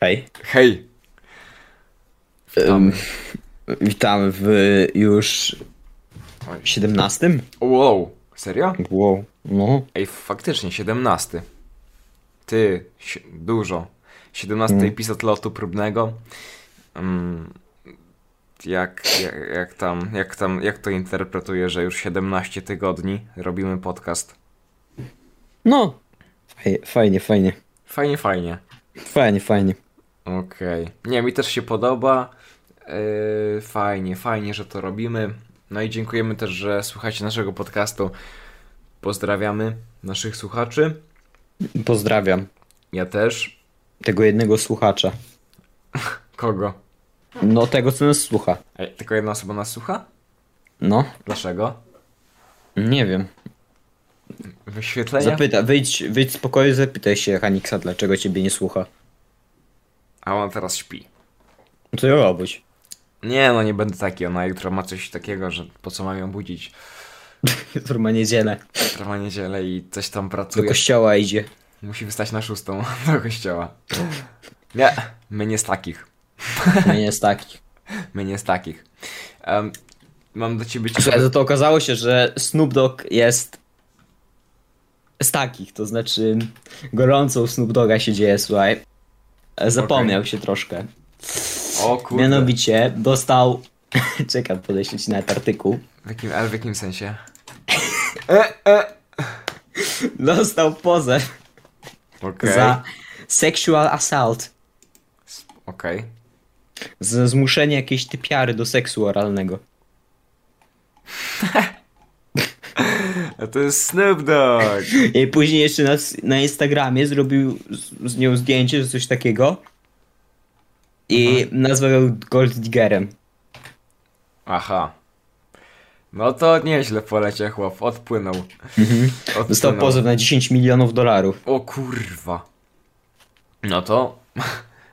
Hej. Hej, Witamy. Witamy w już Oj. 17? wow, serio? Wow. No. Ej, faktycznie, 17. Ty, si- dużo. 17 Mm. epizod lotu próbnego. Mm, jak, jak, jak tam, jak tam, jak to interpretuję, że już 17 tygodni robimy podcast? No. Faj- Fajnie, fajnie. Fajnie, fajnie. Fajnie, fajnie. Okej. Nie, mi też się podoba. Yy, fajnie, fajnie, że to robimy. No i dziękujemy też, że słuchacie naszego podcastu. Pozdrawiamy naszych słuchaczy. Pozdrawiam Ja też. tego jednego słuchacza. Kogo? No tego, co nas słucha. Ej, tylko jedna osoba nas słucha? No. Dlaczego? Nie wiem. Wyświetlenia? Zapyta, wyjdź, wyjdź z pokoju, zapytaj się Haniksa, dlaczego ciebie nie słucha. A ona teraz śpi. No to ja robić. Nie, no nie będę taki. Ona jutro ma coś takiego, że po co mam ją budzić? Jutro ma niedzielę. Jutro ma niedzielę i coś tam Do pracuje. kościoła idzie. Musi wstać na szóstą do kościoła. Nie, my nie z takich. No nie jest taki. My nie z takich. Em, mam do ciebie Słuchaj, ciekawe... to, to okazało się, że Snoop Dogg jest z takich, to znaczy gorąco u Snoop Dogga się dzieje, słuchaj. E, Zapomniał się troszkę. O kurde. Mianowicie dostał... Czekam, podeślę ci nawet artykuł. W jakim, ale w jakim sensie? E, e. Dostał pozew Okej. za sexual assault. Okej. Za zmuszenie jakiejś typiary do seksu oralnego. A No to jest Snoop Dogg. I później jeszcze na, na Instagramie zrobił z, z nią zdjęcie, że coś takiego. I nazwał ją Gold Diggerem. Aha. No to nieźle poleciał chłop, odpłynął. Mhm. odpłynął. Dostał pozew na 10 milionów dolarów. O kurwa. No to...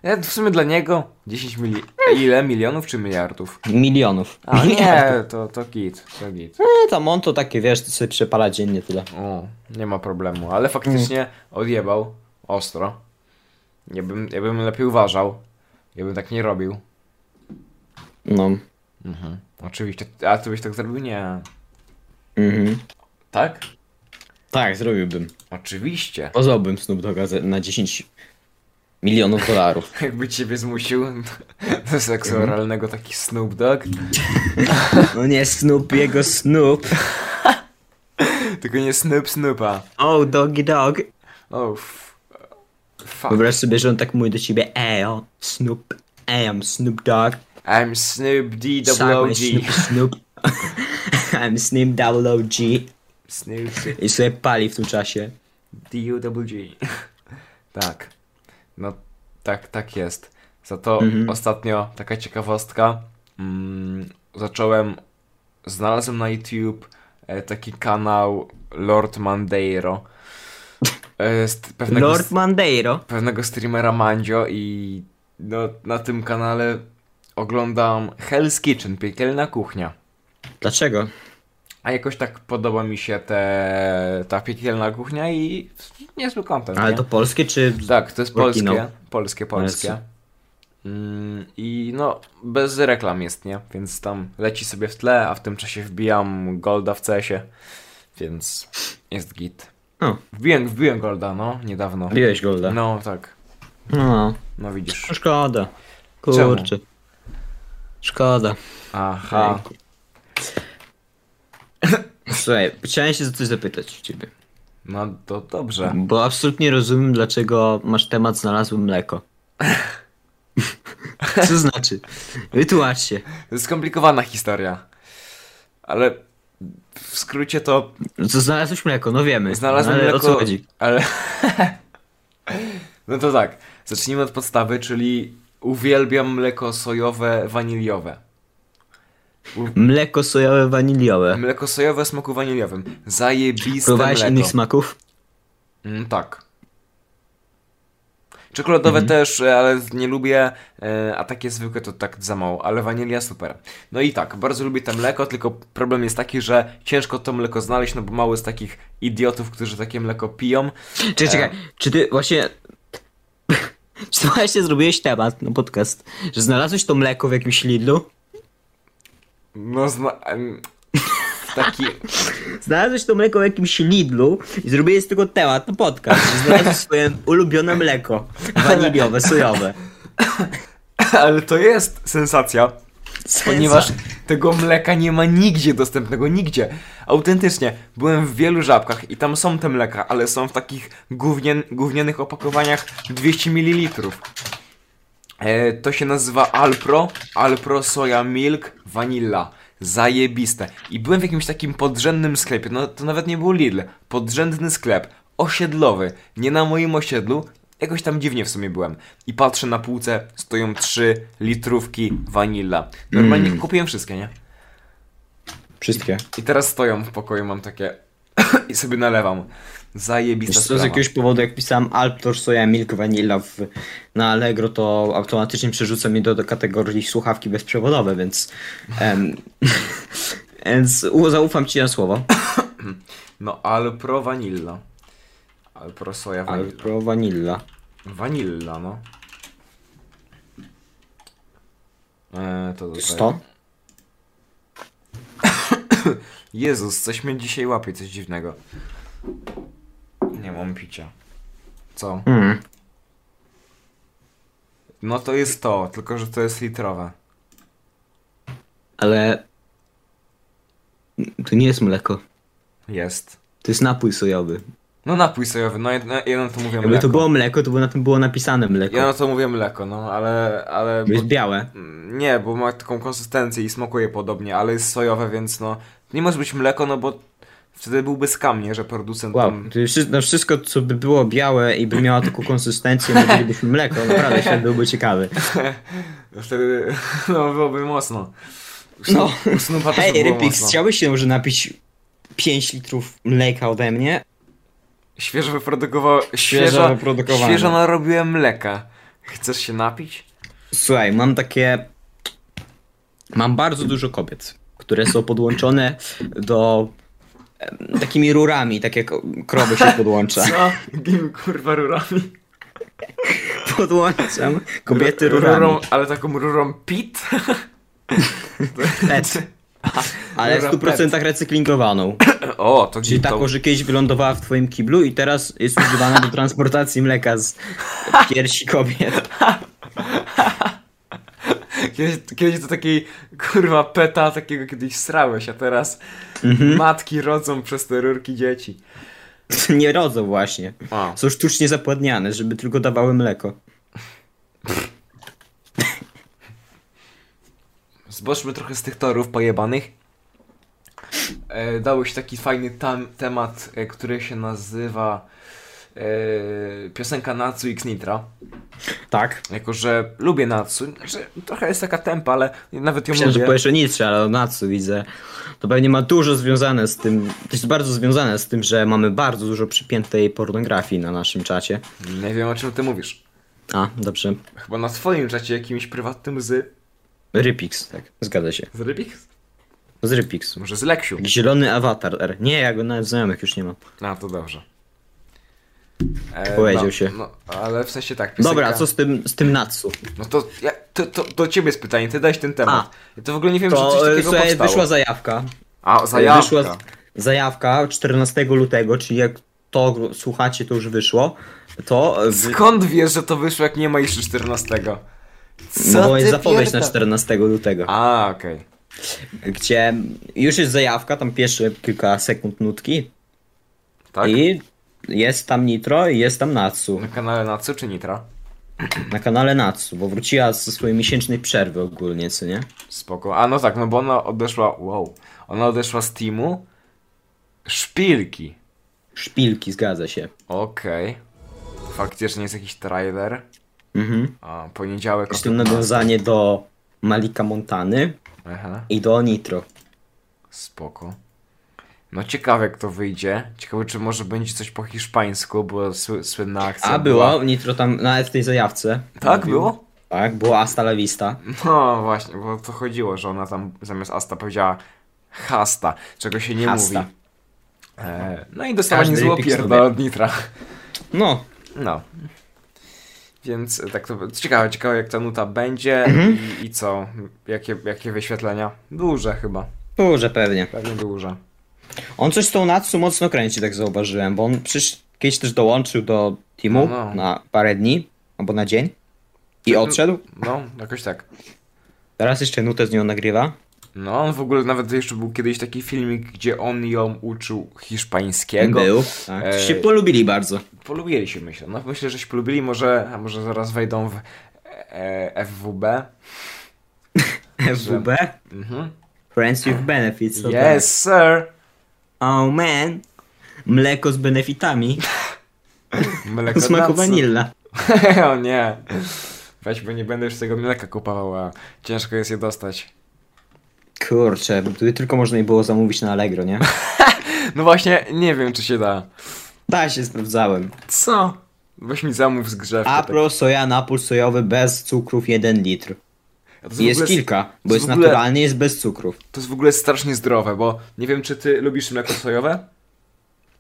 Ja w sumie dla niego 10 mili... Ile? Milionów czy miliardów? Milionów. A Miliardów. nie, to, to git, to git. No tam on to takie, wiesz, to sobie przepala dziennie tyle. O, nie ma problemu, ale faktycznie odjebał ostro. Ja bym, ja bym lepiej uważał. Ja bym tak nie robił. No. Mhm. Oczywiście. A ty byś tak zrobił? Nie. Mhm. Tak? Tak, zrobiłbym. Oczywiście. Pozwałbym Snoop Dogga ze- na 10 milionów dolarów. Jakby ciebie zmusił do seksu Mhm. oralnego taki Snoop Dogg. No nie Snoop, jego Snoop. Tylko nie Snoop Snoopa. Oh, doggy dog. O, f- fuck. Wyobraź sobie, że on tak mówi do ciebie, ejo, Snoop, am Snoop Dogg. I'm Snoop Suck my D-double-O-G. Snoop, Snoop. I'm Snoop double OG. Snoop I sobie pali w tym czasie. D-U-G. Tak. No, tak, tak jest. Za to Mhm. ostatnio taka ciekawostka. Mm, zacząłem, znalazłem na YouTube e, taki kanał Lord Mandeiro. E, z pewnego, Lord Mandeiro. pewnego streamera Mandzio i no, na tym kanale oglądam Hell's Kitchen, piekielna kuchnia. Dlaczego? A jakoś tak podoba mi się te, ta piekielna kuchnia i niezły kontent. Ale nie? to polskie czy... Tak, to jest polskie. Burkina. Polskie, polskie. Mercy. Mm, I no, bez reklam jest, nie? Więc tam leci sobie w tle, a w tym czasie wbijam Golda w CS-ie. Więc jest git. O, Wbiłem, wbiłem Golda, no, niedawno. biłeś Golda. No, tak. No, No widzisz. szkoda. Kurczę. Szkoda. Aha. Słuchaj, chciałem się za coś zapytać u ciebie. No to dobrze. Bo absolutnie rozumiem, dlaczego masz temat znalazłem mleko. Co znaczy? Wytłumacz się. To jest Skomplikowana historia. Ale w skrócie to Co znalazłeś mleko, no wiemy. Znalazłem ale mleko, o co chodzi? Ale... no to tak, zacznijmy od podstawy, czyli uwielbiam mleko sojowe, waniliowe. Mleko sojowe, waniliowe. Mleko sojowe o smaku waniliowym. Zajebiste Próbowałeś mleko. innych smaków? Mm, tak. Czekoladowe Mhm. też, e, ale nie lubię, e, a takie zwykłe to tak za mało, ale wanilia super. No i tak, bardzo lubię to mleko, tylko problem jest taki, że ciężko to mleko znaleźć, no bo mało jest takich idiotów, którzy takie mleko piją. Czekaj, czekaj, czy ty właśnie... E. Czy to właśnie zrobiłeś temat na podcast? Że znalazłeś to mleko w jakimś Lidlu? No zna... em, Taki... Znalazłeś to mleko w jakimś Lidlu i zrobiłeś z tego temat na podcast. Że znalazłeś swoje ulubione mleko. Waniliowe, sojowe. Ale to jest sensacja. Ponieważ tego mleka nie ma nigdzie dostępnego, nigdzie. Autentycznie, byłem w wielu żabkach i tam są te mleka, ale są w takich gównien, gównianych opakowaniach 200 ml. E, to się nazywa Alpro, Alpro Soja Milk Vanilla. Zajebiste. I byłem w jakimś takim podrzędnym sklepie, no to nawet nie był Lidl, podrzędny sklep, osiedlowy, nie na moim osiedlu, jakoś tam dziwnie w sumie byłem. I patrzę na półce, stoją trzy litrówki Vanilla. Normalnie Mm. kupiłem wszystkie, nie? Wszystkie. I teraz stoją w pokoju, mam takie i sobie nalewam. Zajebista Wiesz co, z sprawa. jakiegoś powodu jak pisałem Alptor Soja Milk Vanilla w, na Allegro, to automatycznie przerzuca mnie do, do kategorii słuchawki bezprzewodowe, więc... em, więc u- zaufam ci na słowo. No, Alpro Vanilla. Alpro Soja Vanilla. Alpro Vanilla. Vanilla, no. Eee, to tutaj. 100? Jezus, coś mnie dzisiaj łapie, coś dziwnego. Nie mam picia. Co? Mm. No to jest to, tylko że to jest litrowe. Ale... To nie jest mleko. Jest. To jest napój sojowy. No napój sojowy, no jedno, jedno to mówię Jakby mleko. to było mleko, to by na tym było napisane mleko. Jedno to mówię mleko, no ale... ale Bo jest białe. Mm, Nie, bo ma taką konsystencję i smakuje podobnie, ale jest sojowe, więc no... Nie może być mleko, no bo wtedy byłby skam, nie? Że producent Wow, tam... to wszy- na wszystko, co by było białe i by miało taką konsystencję, moglibyśmy mleko, naprawdę świat byłby ciekawy. Wtedy... No byłoby mocno. No. U Snupa też by Hej, było Rypix, mocno. chciałbyś się może napić 5 litrów mleka ode mnie? Świeżo wyprodukował... Świeżo Świeżo, wyprodukowane. świeżo narobiłem mleka. Chcesz się napić? Słuchaj, mam takie... Mam bardzo dużo kobiet, które są podłączone do... em, Takimi rurami, tak jak krowy się podłącza. Co? Gim kurwa rurami. Podłączam kobiety Ru- rurami. ale taką rurą pit? Pet. Ale w Rura 100% recyklingowaną. O, Czyli to gdzie to... taką, tak, że kiedyś wylądowała w twoim kiblu i teraz jest używana do transportacji mleka z piersi kobiet. Kiedyś, kiedyś do takiej kurwa peta takiego kiedyś srałeś, a teraz Mhm. matki rodzą przez te rurki dzieci. Nie rodzą właśnie. A. Są sztucznie zapładniane, żeby tylko dawały mleko. Zboczmy trochę z tych torów pojebanych. E, dałeś taki fajny tam, temat, e, który się nazywa e, piosenka Natsu i Knitra. Tak. Jako, że lubię Natsu, że trochę jest taka tempa, ale nawet ją Myślałem, że lubię. powiesz o Nietzsche, ale o Natsu widzę. To pewnie ma dużo związane z tym, to jest bardzo związane z tym, że mamy bardzo dużo przypiętej pornografii na naszym czacie. Nie wiem o czym ty mówisz. A, dobrze. Chyba na twoim czacie jakimś prywatnym z... Rypix, tak, zgadza się. Z Rybik? Z Rypix. Może z Leksiu. Zielony awatar R. Nie, ja go nawet znajomych już nie mam. A, to dobrze. E, Powiedział no, się. No, ale w sensie tak, piosenka... Dobra, a co z tym, z tym Natsu? No to, ja, to, to, to ciebie jest pytanie, ty dałeś ten temat. A. Ja to w ogóle nie wiem, że To coś e, takiego słuchaj, powstało. wyszła zajawka. A, zajawka. Wyszła z- zajawka 14 lutego, czyli jak to gr- słuchacie, to już wyszło. To e, wy... Skąd wiesz, że to wyszło, jak nie ma jeszcze 14? Co no, bo jest ty zapowiedź na pierda- 14 lutego, A, okej. gdzie już jest zajawka, tam pierwsze kilka sekund nutki Tak? i jest tam Nitro i jest tam Natsu. Na kanale Natsu czy Nitra? Na kanale Natsu, bo wróciła ze swojej miesięcznej przerwy ogólnie, co nie? Spoko. A, no tak, no bo ona odeszła, wow. Ona odeszła z teamu Szpilki. Szpilki, zgadza się. Okej. Faktycznie jest jakiś trailer. Mhm. A, poniedziałek. Jest to nawiązanie do Malika Montany Aha. i do Nitro. Spoko. No ciekawe jak to wyjdzie. Ciekawe czy może będzie coś po hiszpańsku, bo sły, słynna akcja. A było, Nitro tam nawet w tej zajawce. Tak mówił. było? Tak, było Asta La Vista. No właśnie, bo o to chodziło, że ona tam zamiast Asta powiedziała hasta, czego się nie Hasta. mówi. E, no i dostała Każdy niezłą rypik pierdę sobie. od Nitra. No, No. Więc tak to ciekawe, ciekawe jak ta nuta będzie Mhm. i, i co, jakie, jakie wyświetlenia. Duże chyba, Duże pewnie. pewnie duże. On coś z tą Natsu mocno kręci, tak zauważyłem, bo on przecież kiedyś też dołączył do teamu No, no. na parę dni, albo na dzień i Mhm. odszedł. No, jakoś tak. Teraz jeszcze nutę z nią nagrywa. No, on w ogóle nawet jeszcze był kiedyś taki filmik, gdzie on ją uczył hiszpańskiego. Był. Tak. E, Się polubili bardzo. Polubili się, myślę. No, myślę, że się polubili, może, a może zaraz wejdą w e, FWB. FWB, Mhm. Friends with Benefits. to tak. Yes, sir! Oh man. Mleko z benefitami. Mleko O smaku Natsu. vanilla. o nie. Weź, bo nie będę już tego mleka kupował, a ciężko jest je dostać. Kurczę, gdyby tylko można jej było zamówić na Allegro, nie? No właśnie, nie wiem, czy się da. Da się, sprawdzałem. Co? Weź mi zamów zgrzewkę. tak. Apro, soja, napój sojowy bez cukrów 1 litr. A to w Jest ogóle- kilka, to bo jest w ogóle- naturalny, jest bez cukrów. To jest w ogóle strasznie zdrowe, bo nie wiem, czy ty lubisz mleko sojowe?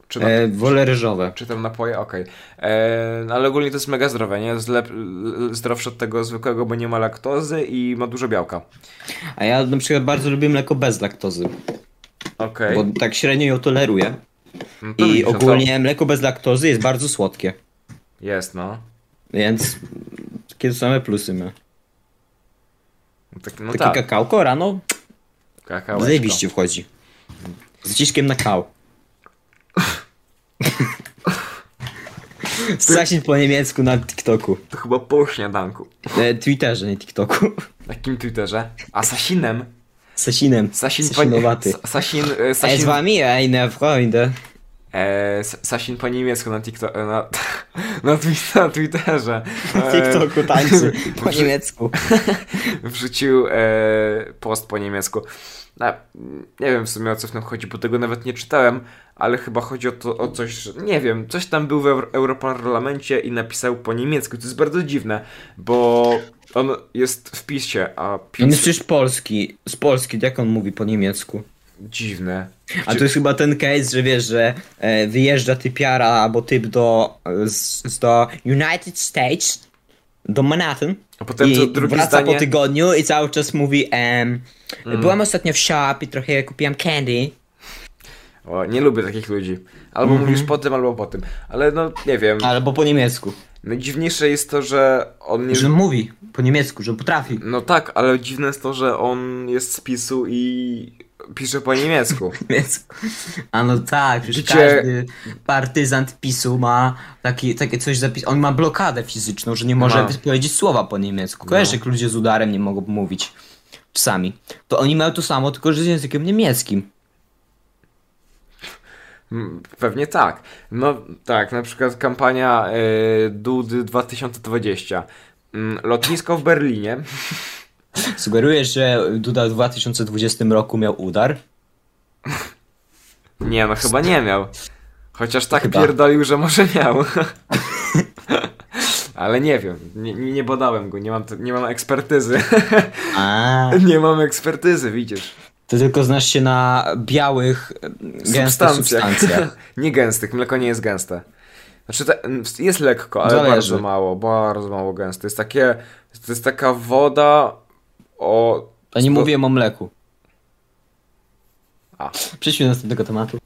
Czy, na, E, wolę ryżowe. czy tam napoje? Okej. E, no Ale ogólnie to jest mega zdrowe, nie? Jest lep, l- zdrowsze od tego zwykłego, bo nie ma laktozy i ma dużo białka. A ja na przykład bardzo lubię mleko bez laktozy, Okej. bo tak średnio ją toleruję. No to I widzisz, no to- ogólnie mleko bez laktozy jest bardzo słodkie, Jest, no. więc takie same plusy ma. Tak, no Takie tak. kakałko rano Kakałeczko. zajebiście wchodzi. Z ciskiem na kał. Zasięg po niemiecku na TikToku. To chyba po śniadanku. E, Twitterze, nie TikToku. Na kim Twitterze? Asasinem. Sasinem. Sasin... Sasinowaty. Sa- Sasin... e, A jest Sasin... no, z wami, eine Freunde. E, s- Sasin po niemiecku na TikTok... e, Na, na, twi- na Twitterze. E, W TikToku tańczy po Wrzu- niemiecku. wrzucił e, post po niemiecku. Na, nie wiem w sumie o co w tym chodzi, bo tego nawet nie czytałem, ale chyba chodzi o, to, o coś, że, nie wiem, coś tam był w Euro- Europarlamencie i napisał po niemiecku. To jest bardzo dziwne, bo on jest w PiSie, a PiS... On jest no, przecież polski. Z Polski, jak on mówi po niemiecku? Dziwne. A to jest chyba ten case, że wiesz, że e, wyjeżdża typiara albo typ do, e, z, z- do United States, do Manhattan. A potem I to drugie wraca zdanie... Mm. po tygodniu i cały czas mówi em, Byłam ostatnio w shop i trochę kupiłam candy. O, nie lubię takich ludzi. Albo mówisz po tym, albo po tym. Ale no, nie wiem. Albo po niemiecku. Najdziwniejsze jest to, że on nie... Że mówi po niemiecku, że potrafi. No tak, ale dziwne jest to, że on jest z PiSu i pisze po niemiecku. Więc, a no tak, przecież Gdzie- każdy partyzant PiSu ma taki, takie coś zapis... On ma blokadę fizyczną, że nie może Ma. wypowiedzieć słowa po niemiecku. Kojarzysz, No. jak ludzie z udarem nie mogą mówić czasami. To oni mają to samo, tylko że z językiem niemieckim. Mm, Pewnie tak. No tak, na przykład kampania y, Dudy 2020. Mm, Lotnisko w Berlinie. Sugerujesz, że Duda w 2020 roku miał udar? Nie, no chyba nie miał. Chociaż tak Chyba. pierdolił, że może miał. Ale nie wiem, nie, nie badałem go, nie mam, nie mam ekspertyzy. A, nie mam ekspertyzy, widzisz. ty tylko znasz się na białych, gęstych substancjach. nie gęstych, mleko nie jest gęste. Znaczy, te, jest lekko, ale Zależy. bardzo mało, bardzo mało gęste. Jest takie, to jest taka woda o... A nie Spo- mówiłem o mleku. A. Przejdźmy do następnego tematu.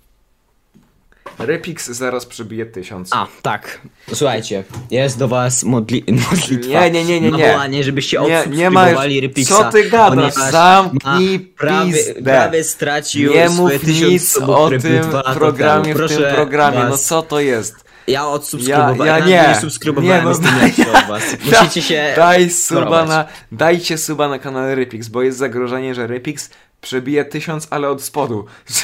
Rypix zaraz przebije tysiąc. A, tak. Słuchajcie, jest do was modli modlitwa. Nie, nie, nie, nie, nie. Nawołanie, żebyście Nie, nie ma odsubskrybowali już... Rypixa. Co ty gadasz? ponieważ Zamknij ma prawie, pizdę. prawie stracił Nie swoje mów 1000 nic o subskrypcji tym dwa lata programie, temu. w tym Proszę programie. No was, co to jest? Ja odsubskrybowałem. Ja- ja nie, nie. subskrybowałem Nie, no nie, daj- od was. Musicie się... Daj suba prowadź. na, dajcie suba na kanał Rypix, bo jest zagrożenie, że Rypix przebije 1000, ale od spodu.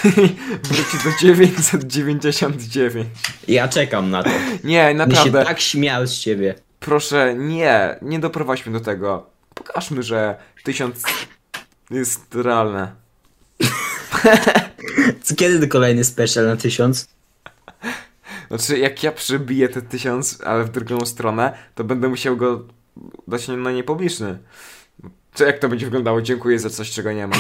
Czyli wróci do 999. Ja czekam na to. Nie, Będę się naprawdę. tak śmiał z ciebie. Proszę, nie, nie doprowadźmy do tego. Pokażmy, że 1000 jest realne. Kiedy kolejny special na 1000? Znaczy, jak ja przebiję te tysiąc, ale w drugą stronę, to będę musiał go dać na niepubliczny. Co jak to będzie wyglądało? Dziękuję za coś, czego nie ma.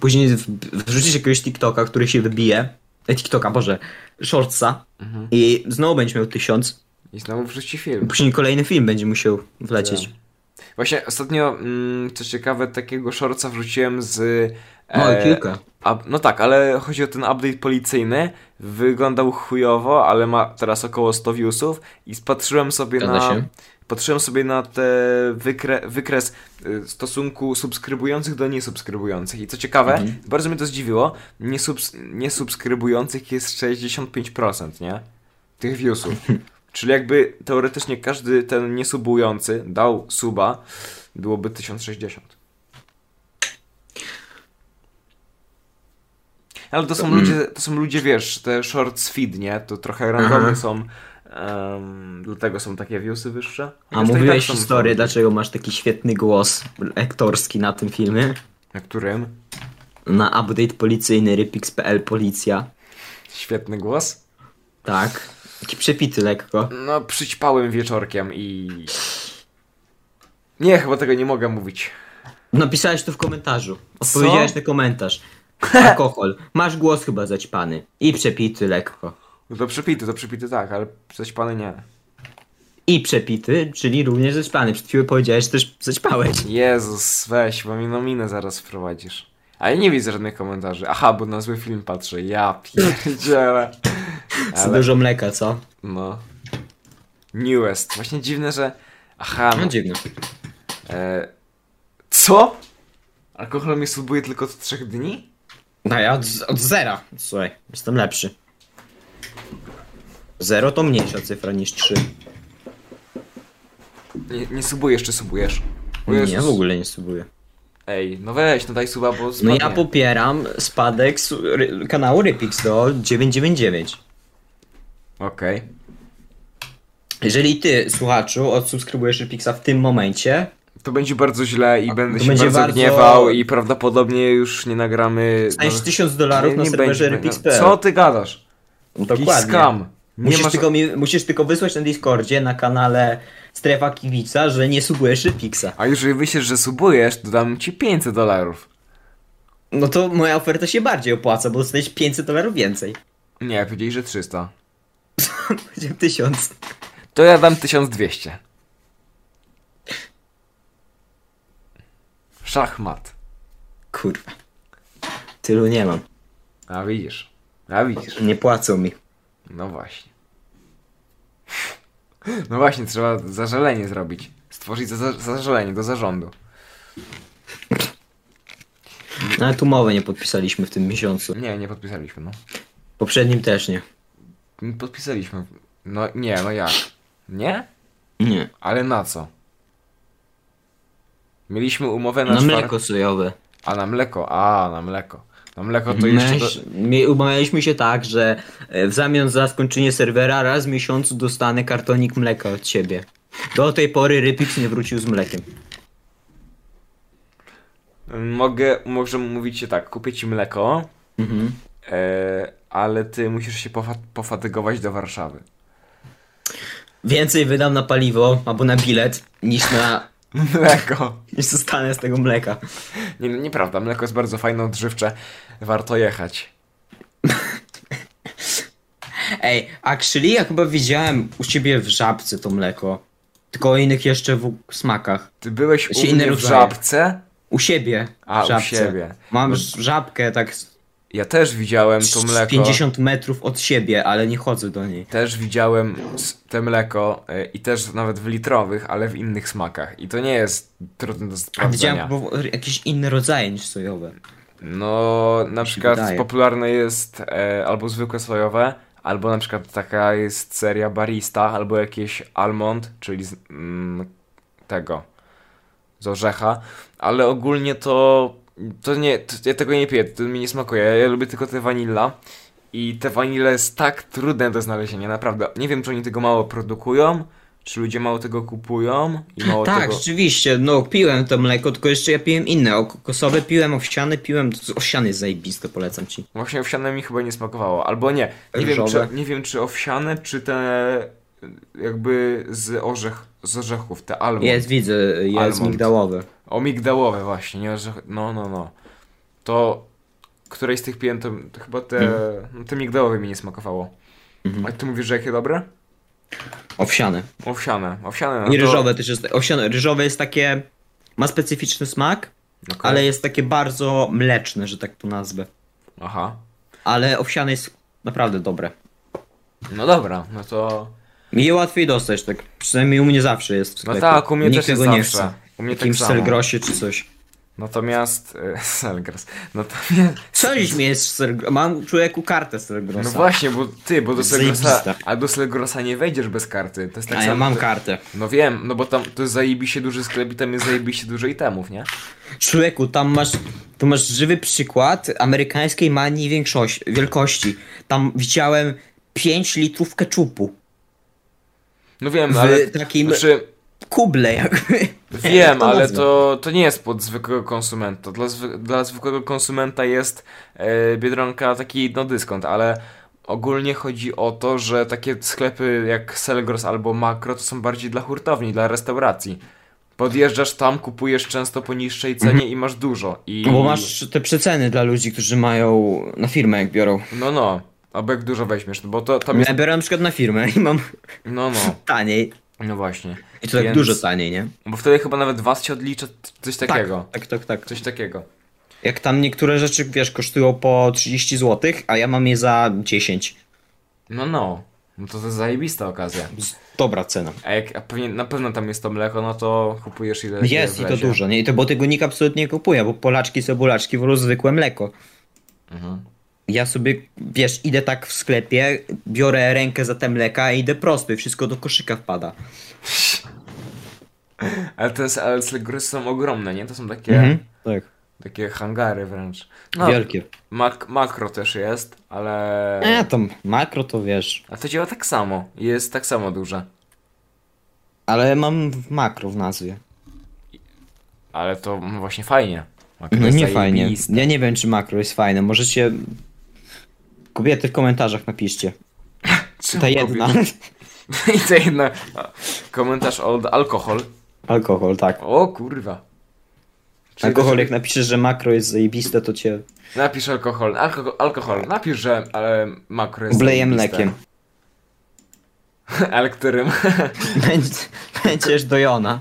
Później w- wrzucisz jakiegoś TikToka, który się wybije. E, TikToka, Boże, shortsa. I znowu będziesz miał tysiąc. I znowu wrzuci film. Później kolejny film będzie musiał wlecieć. Właśnie ostatnio, mm, co ciekawe, takiego shortsa wrzuciłem z... No, e, kilka. A, no tak, ale chodzi o ten update policyjny. Wyglądał chujowo, ale ma teraz około 100 viewsów i spatrzyłem sobie Zgadza na. się. Patrzyłem sobie na te wykre, wykres y, stosunku subskrybujących do niesubskrybujących. I co ciekawe, Mhm. bardzo mnie to zdziwiło, niesubs, niesubskrybujących jest 65%, nie? Tych viewsów. Czyli jakby teoretycznie każdy ten niesubujący dał suba, byłoby 1060. Ale to są Mm. ludzie, to są ludzie, wiesz, te shorts feed, nie? To trochę randomy są, em, dlatego są takie viewsy wyższe. A Chociaż to i mówiłeś tak są- historię, dlaczego masz taki świetny głos aktorski na tym filmie? Na którym? Na update policyjny rypix.pl policja. Świetny głos. Tak. Taki przepity lekko. No, przyćpałem wieczorkiem i... Nie, chyba tego nie mogę mówić. Napisałeś to w komentarzu. Odpowiedziałeś na komentarz. Alkohol. Masz głos chyba zaćpany. I przepity lekko. No to przypity, to przypity tak, ale zaćpany nie. I przepity, czyli również zaćpany. Przed chwilą powiedziałeś, że też zaćpałeś. Jezus, weź, bo mi nominę zaraz wprowadzisz. A ja nie widzę żadnych komentarzy. Aha, bo na zły film patrzę. Ja pierdzielę. Za dużo mleka, co? No. Newest. Właśnie dziwne, że. Aha. No No, dziwne. e... Co? Alkohol mnie subuje tylko od trzech dni? No ja od, od zera. Słuchaj, jestem lepszy. Zero to mniejsza cyfra niż trzy. Nie, nie subujesz, czy subujesz? O Nie, Jezus. w ogóle nie subuję. Ej, no weź, no daj suba, bo. No Spadnie. ja popieram spadek su- ry- kanału Rypix do 999. Okej. Jeżeli ty, słuchaczu, odsubskrybujesz Rypixa w tym momencie, To będzie bardzo źle i będę to się będzie bardzo, bardzo- gniewał i prawdopodobnie już nie nagramy. staniesz no, 1000 dolarów nie- na nie serwerze będzie- Rypix.pl. Co ty gadasz? Jakiś Dokładnie. scam. Nie Musisz, masz... tylko mi, musisz tylko wysłać na Discordzie, na kanale Strefa Kibica, że nie subujesz Rypixa. A jeżeli myślisz, że subujesz, to dam ci 500 dolarów. No to moja oferta się bardziej opłaca, bo dostaniesz 500 dolarów więcej. Nie, powiedzieli, że 300. Będzie 1000. To ja dam 1200. Szachmat. Kurwa. Tylu nie mam. A widzisz. A widzisz. Nie płacą mi. No właśnie. No właśnie, trzeba zażalenie zrobić. Stworzyć za- za- zażalenie do zarządu. Nawet umowy nie podpisaliśmy w tym miesiącu. Nie, nie podpisaliśmy, no. Poprzednim też nie. Nie Podpisaliśmy. No nie, no jak? Nie? Nie. Ale na co? Mieliśmy umowę na, Na czwar- mleko sojowe. A na mleko, a na mleko. Na mleko No to jeszcze. My, Do... my umawialiśmy się tak, że e, w zamian za skończenie serwera raz w miesiącu dostanę kartonik mleka od ciebie. Do tej pory Rypix nie wrócił z mlekiem. Mogę, może mówić się tak, kupię ci mleko, Mhm. e, ale ty musisz się pofa- pofatygować do Warszawy. Więcej wydam na paliwo albo na bilet niż na Mleko. niż zostanę z tego mleka. Nie, no, nieprawda, mleko jest bardzo fajne, odżywcze. Warto jechać. Ej, actually ja chyba widziałem u ciebie w żabce to mleko. Tylko o innych jeszcze w smakach. Ty byłeś Się u inne mnie w rodzaje. żabce? U siebie. A, u w żabce. siebie. Mam No. ż- żabkę tak z Ja też widziałem to mleko. 50 metrów od siebie, ale nie chodzę do niej. Też widziałem s- te mleko e, i też nawet w litrowych, ale w innych smakach. I to nie jest trudne do A sprawdzenia. widziałem bo, jakieś inne rodzaje niż sojowe. No, na przykład wydaje. popularne jest e, albo zwykłe sojowe, albo na przykład taka jest seria Barista, albo jakieś Almond, czyli z mm, tego, z orzecha, ale ogólnie to, to nie, to, ja tego nie piję, to mi nie smakuje, ja, ja lubię tylko te vanilla i te vanille jest tak trudne do znalezienia, naprawdę. Nie wiem, czy oni tego mało produkują, czy ludzie mało tego kupują i mało tak, No, tego... rzeczywiście, no piłem to mleko, tylko jeszcze ja piłem inne, o kokosowe piłem, owsiane piłem, z- owsiany jest zajebiste, polecam ci. Właśnie owsiane mi chyba nie smakowało, albo nie. Nie wiem, czy, Ryżowe. nie wiem czy owsiane, czy te jakby z, orzech, z orzechów, te almond. Jest, widzę, jest Almond. migdałowe. Omigdałowe właśnie, nie orzech, no, no, no. To któreś z tych Mhm. piłem, to, to chyba te, no, te migdałowe mi nie smakowało. A ty mówisz, że jakie dobre? Owsiane. Owsiane, owsiane. No I to- ryżowe też jest. Owsiane, ryżowe jest takie. Ma specyficzny smak, Okej. ale jest takie bardzo mleczne, że tak to nazwę. Aha. Ale owsiane jest naprawdę dobre. No dobra, no to... Mi je łatwiej dostać, tak przynajmniej u mnie zawsze jest. W No sklepie. tak, u mnie Nikt też jest tego nie zawsze. chce. U mnie tak Jakimś samo. selgrosie czy coś. Natomiast... y, Selgros. Natomiast... Co dziś mnie jest selgrosa? Mam człowieku kartę selgrosa. No właśnie, bo ty, bo do Selgrosa... Zajebista. A do Selgrosa nie wejdziesz bez karty. To jest tak A ja samo- mam to- kartę. No wiem, no bo tam to jest zajebiście duży sklep i tam jest zajebiście dużo itemów, nie? Człowieku, tam masz, tu masz żywy przykład amerykańskiej manii większości, wielkości. Tam widziałem 5 litrów keczupu. No wiem, W ale... takim- Znaczy, Kuble jakby. Jak Wiem, ale nazwę? to, to nie jest pod zwykłego konsumenta. Dla, zwy, dla zwykłego konsumenta jest e, Biedronka taki no dyskont, ale ogólnie chodzi o to, że takie sklepy jak Selgros albo Makro to są bardziej dla hurtowni, dla restauracji. Podjeżdżasz tam, kupujesz często po niższej cenie i masz dużo. I... No Mhm. Bo masz te przeceny dla ludzi, którzy mają na firmę jak biorą. No, no. Albo jak dużo weźmiesz, no bo to tam jest... Ja biorę na przykład na firmę i mam No, no. taniej. No właśnie. I to tak Więc- dużo taniej, nie? Bo wtedy chyba nawet was się odlicza t- coś takiego. Tak, tak, tak. Coś takiego. Jak tam niektóre rzeczy, wiesz, kosztują po 30 zł, a ja mam je za 10. No, no. No to to jest zajebista okazja. Dobra cena. A jak a pewnie, na pewno tam jest to mleko, no to kupujesz ile ile Jest i to wlezie. dużo, nie? I to, bo tego nikt absolutnie nie kupuje, bo Polaczki, cebulaczki wolą zwykłe mleko. Mhm. Ja sobie, wiesz, idę tak w sklepie, biorę rękę za te mleka i idę prosto i wszystko do koszyka wpada. Ale te s- ale slagry są ogromne, nie? To są takie, Mhm. Tak, takie hangary wręcz. No, wielkie. Mak, makro też jest, ale... A tam makro E, to wiesz. A to działa tak samo. Jest tak samo duże. Ale mam w makro w nazwie. Ale to no, właśnie fajnie. Makro No jest nie fajnie. zajebiste. Ja nie wiem, czy makro jest fajne. Możecie. Kobiety w komentarzach napiszcie. Czemu Ta jedna. robię- I ta jedna. A, Komentarz od alkohol. Alkohol, tak. O kurwa. Czyli Alkohol, to- jak napiszesz, że makro jest zajebiste, to cię Napisz alkohol. Alkohol. alkohol. Napisz, że ale makro jest obleję zajebiste. mlekiem. Ale którym? Będ- Będziesz dojona.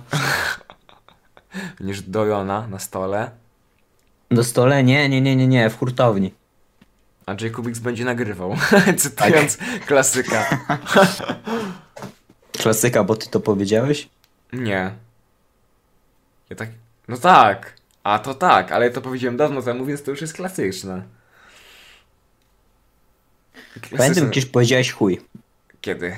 niż dojona na stole, Do stole? Nie, nie, nie, nie, nie, w hurtowni. a Jacobix będzie nagrywał, cytując Tak. klasyka. Klasyka, bo ty to powiedziałeś? Nie. Ja tak... No tak. A to tak, ale ja to powiedziałem dawno temu, więc to już jest klasyczne. Klasyczne. Pamiętam, kiedyś powiedziałeś chuj. Kiedy?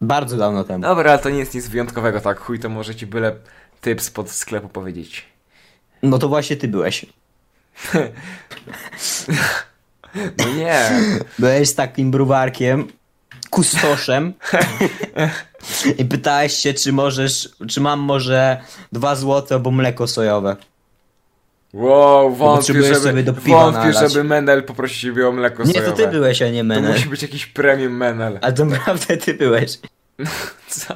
Bardzo dawno temu. Dobra, ale to nie jest nic wyjątkowego, tak? Chuj, to może ci byle typ spod sklepu powiedzieć. No to właśnie ty byłeś. No nie. Byłeś takim bruwarkiem, kustoszem i pytałeś się, czy możesz, czy mam może dwa złote albo mleko sojowe. Wow, wątpię, Potrzebujesz żeby, sobie do piwa wątpię, nalać. żeby Menel poprosił ciebie o mleko Nie, sojowe. to ty byłeś, a nie To menel. musi być jakiś premium Menel. A to naprawdę ty byłeś. Co?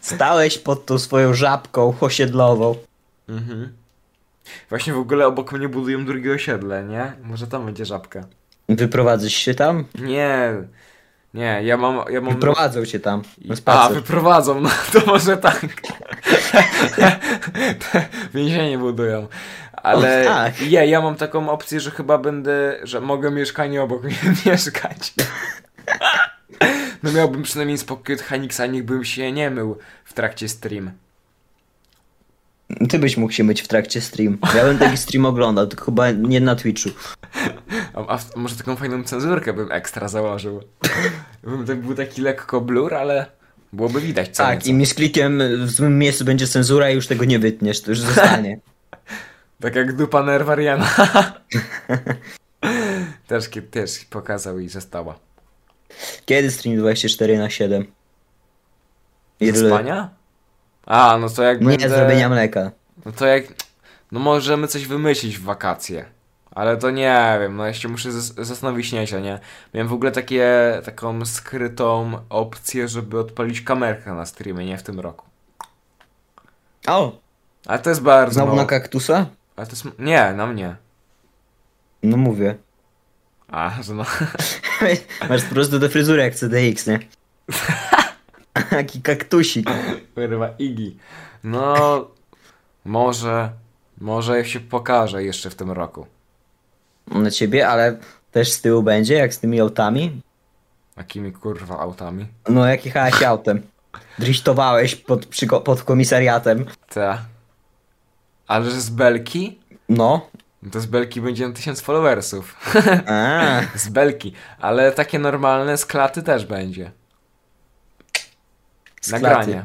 Stałeś pod tą swoją żabką osiedlową. Mhm. Właśnie w ogóle obok mnie budują drugie osiedle, nie? Może tam będzie żabka. Wyprowadzisz się tam? Nie. Nie, ja mam. Ja mam... Wyprowadzą cię tam. Na A, spacer. wyprowadzą, no to może tak. Więzienie budują. Ale O, tak. nie, ja mam taką opcję, że chyba będę, że mogę mieszkanie obok mnie mieszkać. No miałbym przynajmniej spokój od Hanixa, niech bym się nie mył w trakcie stream. Ty byś mógł się myć w trakcie stream. Ja bym taki stream oglądał, tylko chyba nie na Twitchu. A, a w- może taką fajną cenzurkę bym ekstra założył. bym tak był taki lekko blur, ale byłoby widać co Tak, nieco. i misklikiem w złym miejscu będzie cenzura i już tego nie wytniesz, to już zostanie. Tak jak dupa Nerwariana. też, ki- też pokazał i została. Kiedy stream 24 na 7? Ze spania? A, no to jak Nie będę... zrobienia mleka. No to jak... No możemy coś wymyślić w wakacje. Ale to nie wiem, no jeszcze muszę zas- zastanowić nieźle, nie? Miałem w ogóle takie, taką skrytą opcję, żeby odpalić kamerkę na streamie, nie? W tym roku. O! Ale to jest bardzo Znowu mało. na kaktusa? Ale to jest... Nie, na mnie. No mówię. A, że no. Masz po prostu do fryzury jak CDX, nie? Taki kaktusik. Kurwa, Igi. No, może, może się pokaże jeszcze w tym roku. Na ciebie, ale też z tyłu będzie, jak z tymi autami. Jakimi kurwa autami? No, jak jechałeś autem. Driftowałeś pod, przyko- pod komisariatem. Te. Ale że z Belki? No. No To z Belki będzie na tysiąc followersów. A, Z Belki. Ale takie normalne z klaty też będzie. z klaty. Nagranie.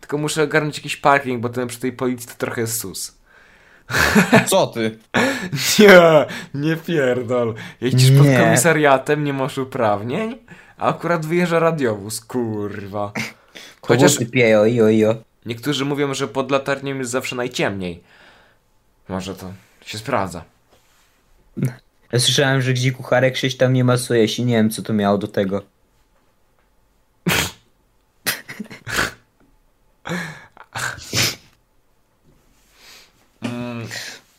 Tylko muszę ogarnąć jakiś parking, bo ten przy tej policji to trochę jest sus. Co ty? Nie, nie pierdol. Jeździsz pod Nie. komisariatem, nie masz uprawnień, a akurat wyjeżdża radiowóz, kurwa. Chociaż Chociaż... Piejo, jo, jo. niektórzy mówią, że pod latarnią jest zawsze najciemniej. Może to się sprawdza. Ja słyszałem, że gdzie kucharek Krzyś tam nie masuje się. Nie wiem, co to miało do tego.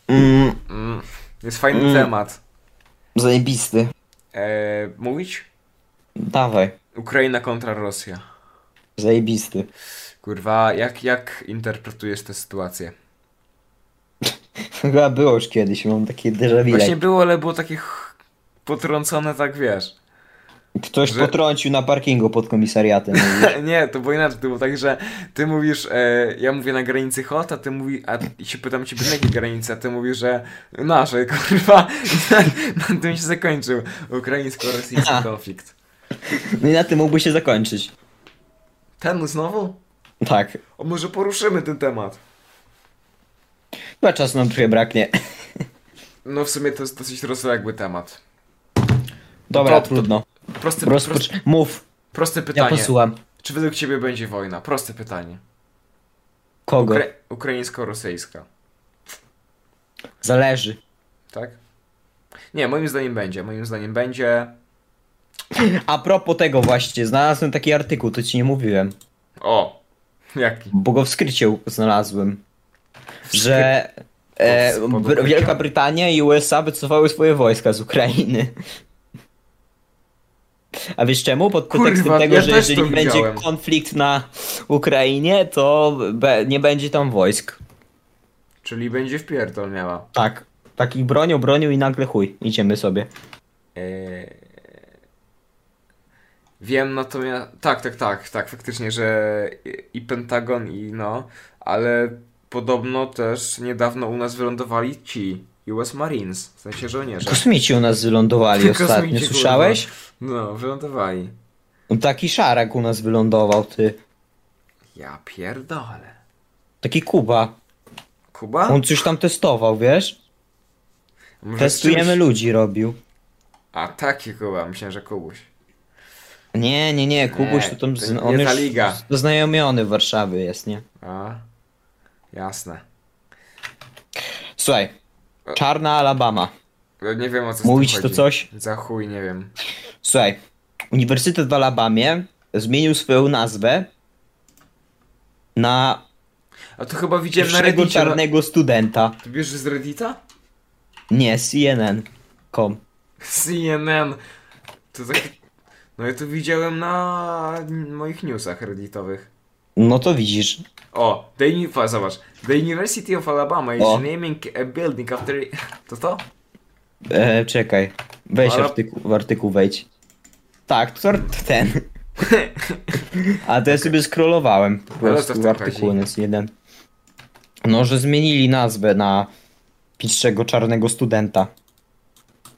Mm, Mm, jest fajny Mm. temat. zajebisty. E, mówić? Dawaj. Ukraina kontra Rosja. Zajebisty. Kurwa, jak, jak interpretujesz tę sytuację? Chyba było już kiedyś, mam takie déjà vu. Właśnie było, ale było takie ch- potrącone, tak wiesz. Ktoś że- potrącił na parkingu pod komisariatem. mówi. Nie, to było inaczej, to było tak, że ty mówisz, e, ja mówię na granicy hot, a ty mówi, a i się pytam ciebie na jakiej granicy, a ty mówisz, że naszej, kurwa, I na, na tym się zakończył ukraińsko-rosyjski A. konflikt. No i na tym mógłby się zakończyć. Ten znowu? Tak. O, może poruszymy ten temat? Chyba czasu nam trochę braknie. No w sumie to jest dosyć rozległy temat. Dobra, to- trudno. Proste, Rozpocz... proste, Mów, proste ja pytanie, posłucham. czy według ciebie będzie wojna? Proste pytanie. Kogo? Ukra- ukraińsko-rosyjska, Zależy. tak? Nie, moim zdaniem będzie, moim zdaniem będzie... A propos tego właśnie, znalazłem taki artykuł, to ci nie mówiłem, O! Jaki? bo go w skrycie u- znalazłem, że e, Pod- pod Br- ukryciem. Wielka Brytania i USA wycofały swoje wojska z Ukrainy. A wiesz czemu? Pod pretekstem Kurwa, tego, ja że też to jeżeli będzie widziałem. konflikt na Ukrainie, to be, nie będzie tam wojsk. Czyli będzie w pierdol miała. Tak. Takich bronią, bronią i nagle chuj, idziemy sobie. Eee... Wiem natomiast. Tak, tak, tak, tak, faktycznie, że i- i Pentagon, i no, ale podobno też niedawno u nas wylądowali ci US Marines, w sensie żołnierze. Kosmici u nas wylądowali Kosmici, ostatnio, kurwa. słyszałeś? No, wylądowali. Taki szarak u nas wylądował, ty. Ja pierdolę. Taki Kuba. Kuba? On coś tam testował, wiesz? Może z Testujemy czymś- ludzi robił. A taki Kuba, myślałem, że Kubuś. Nie, nie, nie, Kubuś Nie, to tam to zna- nie on ta już liga. znajomiony w Warszawie jest, nie? A? Jasne. Słuchaj, E. czarna Alabama. No, Nie wiem o co z Mówić tym to chodzi. coś? Za chuj, nie wiem. Słuchaj, Uniwersytet w Alabamie zmienił swoją nazwę na A to chyba widziałem na pierwszego Reddicie. no- czarnego studenta. Ty bierzesz z Reddita? Nie, CNN.com. CNN. To tak... No ja to widziałem na moich newsach redditowych. No to widzisz. O, the, uni- fa- zobacz. The University of Alabama is O. naming a building after... To to? E, czekaj, weź Ala- artykuł, w artykuł wejdź. Tak, to to ten. A to ja sobie scrollowałem po Ale o co No w prostu tym artykuł chodzi? jest jeden. No, że zmienili nazwę na pierwszego czarnego studenta.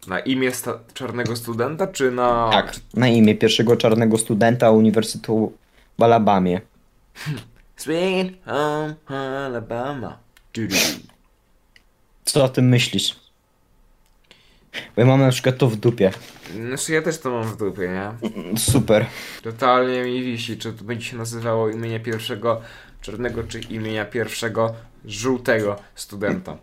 Na imię sta- czarnego studenta, czy na... Tak, na imię pierwszego czarnego studenta Uniwersytetu w Alabamie. Sweet home um, Alabama. Du-du. Co o tym myślisz? Bo ja mam na przykład to w dupie. Znaczy ja też to mam w dupie, nie? Super. Totalnie mi wisi, czy to będzie się nazywało imienia pierwszego czarnego, czy imienia pierwszego żółtego studenta.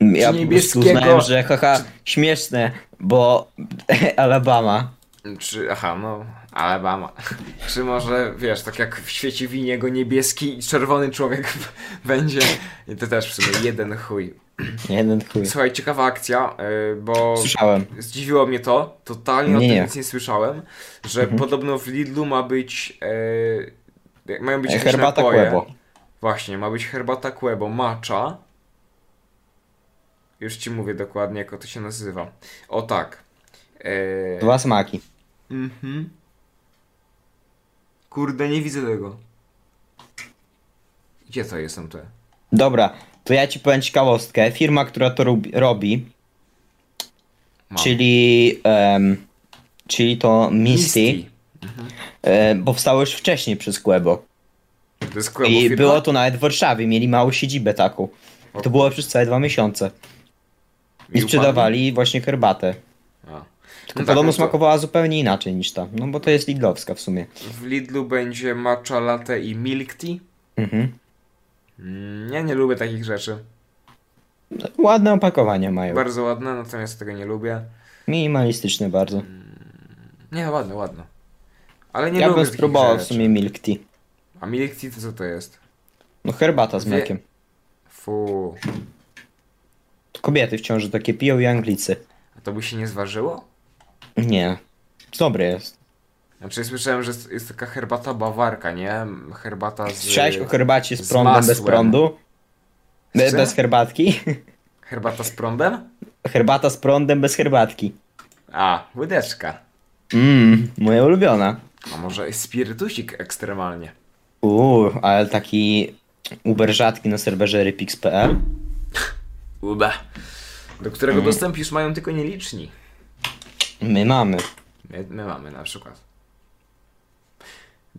Ja Czy po prostu niebieskiego- uznałem, że haha, śmieszne, bo Alabama. Czy, aha, no, Alabama. Czy może, wiesz, tak jak w świecie winie go niebieski i czerwony człowiek będzie. I to też w sumie jeden chuj. Jeden chuj. Słuchaj, ciekawa akcja, y, bo Słyszałem. zdziwiło mnie to, totalnie o Nie, tym nie. Mhm. nic nie słyszałem, że podobno w Lidlu ma być, e, mają być E, jakieś Herbata napoje. Quebo. Właśnie, ma być herbata Quebo, matcha. Już ci mówię dokładnie, jak to się nazywa. O tak. E, Dwa smaki. Mhm. Kurde, nie widzę tego. Gdzie to jestem te? Dobra, to ja ci powiem ciekawostkę. Firma, która to robi, robi Mam. czyli, em, czyli to Misty, e, powstało już wcześniej przez Quebo. To jest Quebo I firma? było to nawet w Warszawie, mieli małą siedzibę taką. I to było przez całe dwa miesiące. I upadli? sprzedawali właśnie herbatę. A. No Tylko tak, podobno no to smakowała zupełnie inaczej niż ta. No bo to jest Lidlowska w sumie. W Lidlu będzie matcha latte i milk tea. Mhm. Mm, Ja nie lubię takich rzeczy. Ładne opakowania mają. Bardzo ładne, natomiast tego nie lubię. Minimalistyczne bardzo. Nie, ładne, ładne. Ale nie ja lubię bym takich spróbował w rzeczy. sumie milk tea. A milk tea to co to jest? No herbata z Wie- mlekiem. Fu. To Kobiety w ciąży takie piją i Anglicy. A to by się nie zważyło? Nie. Dobry jest. Znaczy słyszałem, że jest, jest taka herbata bawarka, nie? Herbata z... Słyszałeś o herbacie z z prądem, bez masłem. prądu? Be, Co? bez herbatki? Herbata z prądem? Herbata z prądem, bez herbatki. A, łydeczka. Mmm, moja ulubiona. A może spirytusik ekstremalnie? Uuu, ale taki uber rzadki na serwerze rypix.pl. Ube. Mm. Do którego dostęp już mają tylko nieliczni. My mamy. My, my mamy na przykład.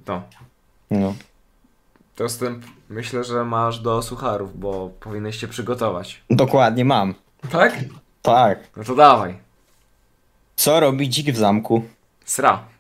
No. No. Dostęp myślę, że masz do sucharów, bo powinieneś się przygotować. Dokładnie mam. Tak? Tak. No to dawaj. Co robi dzik w zamku? Sra.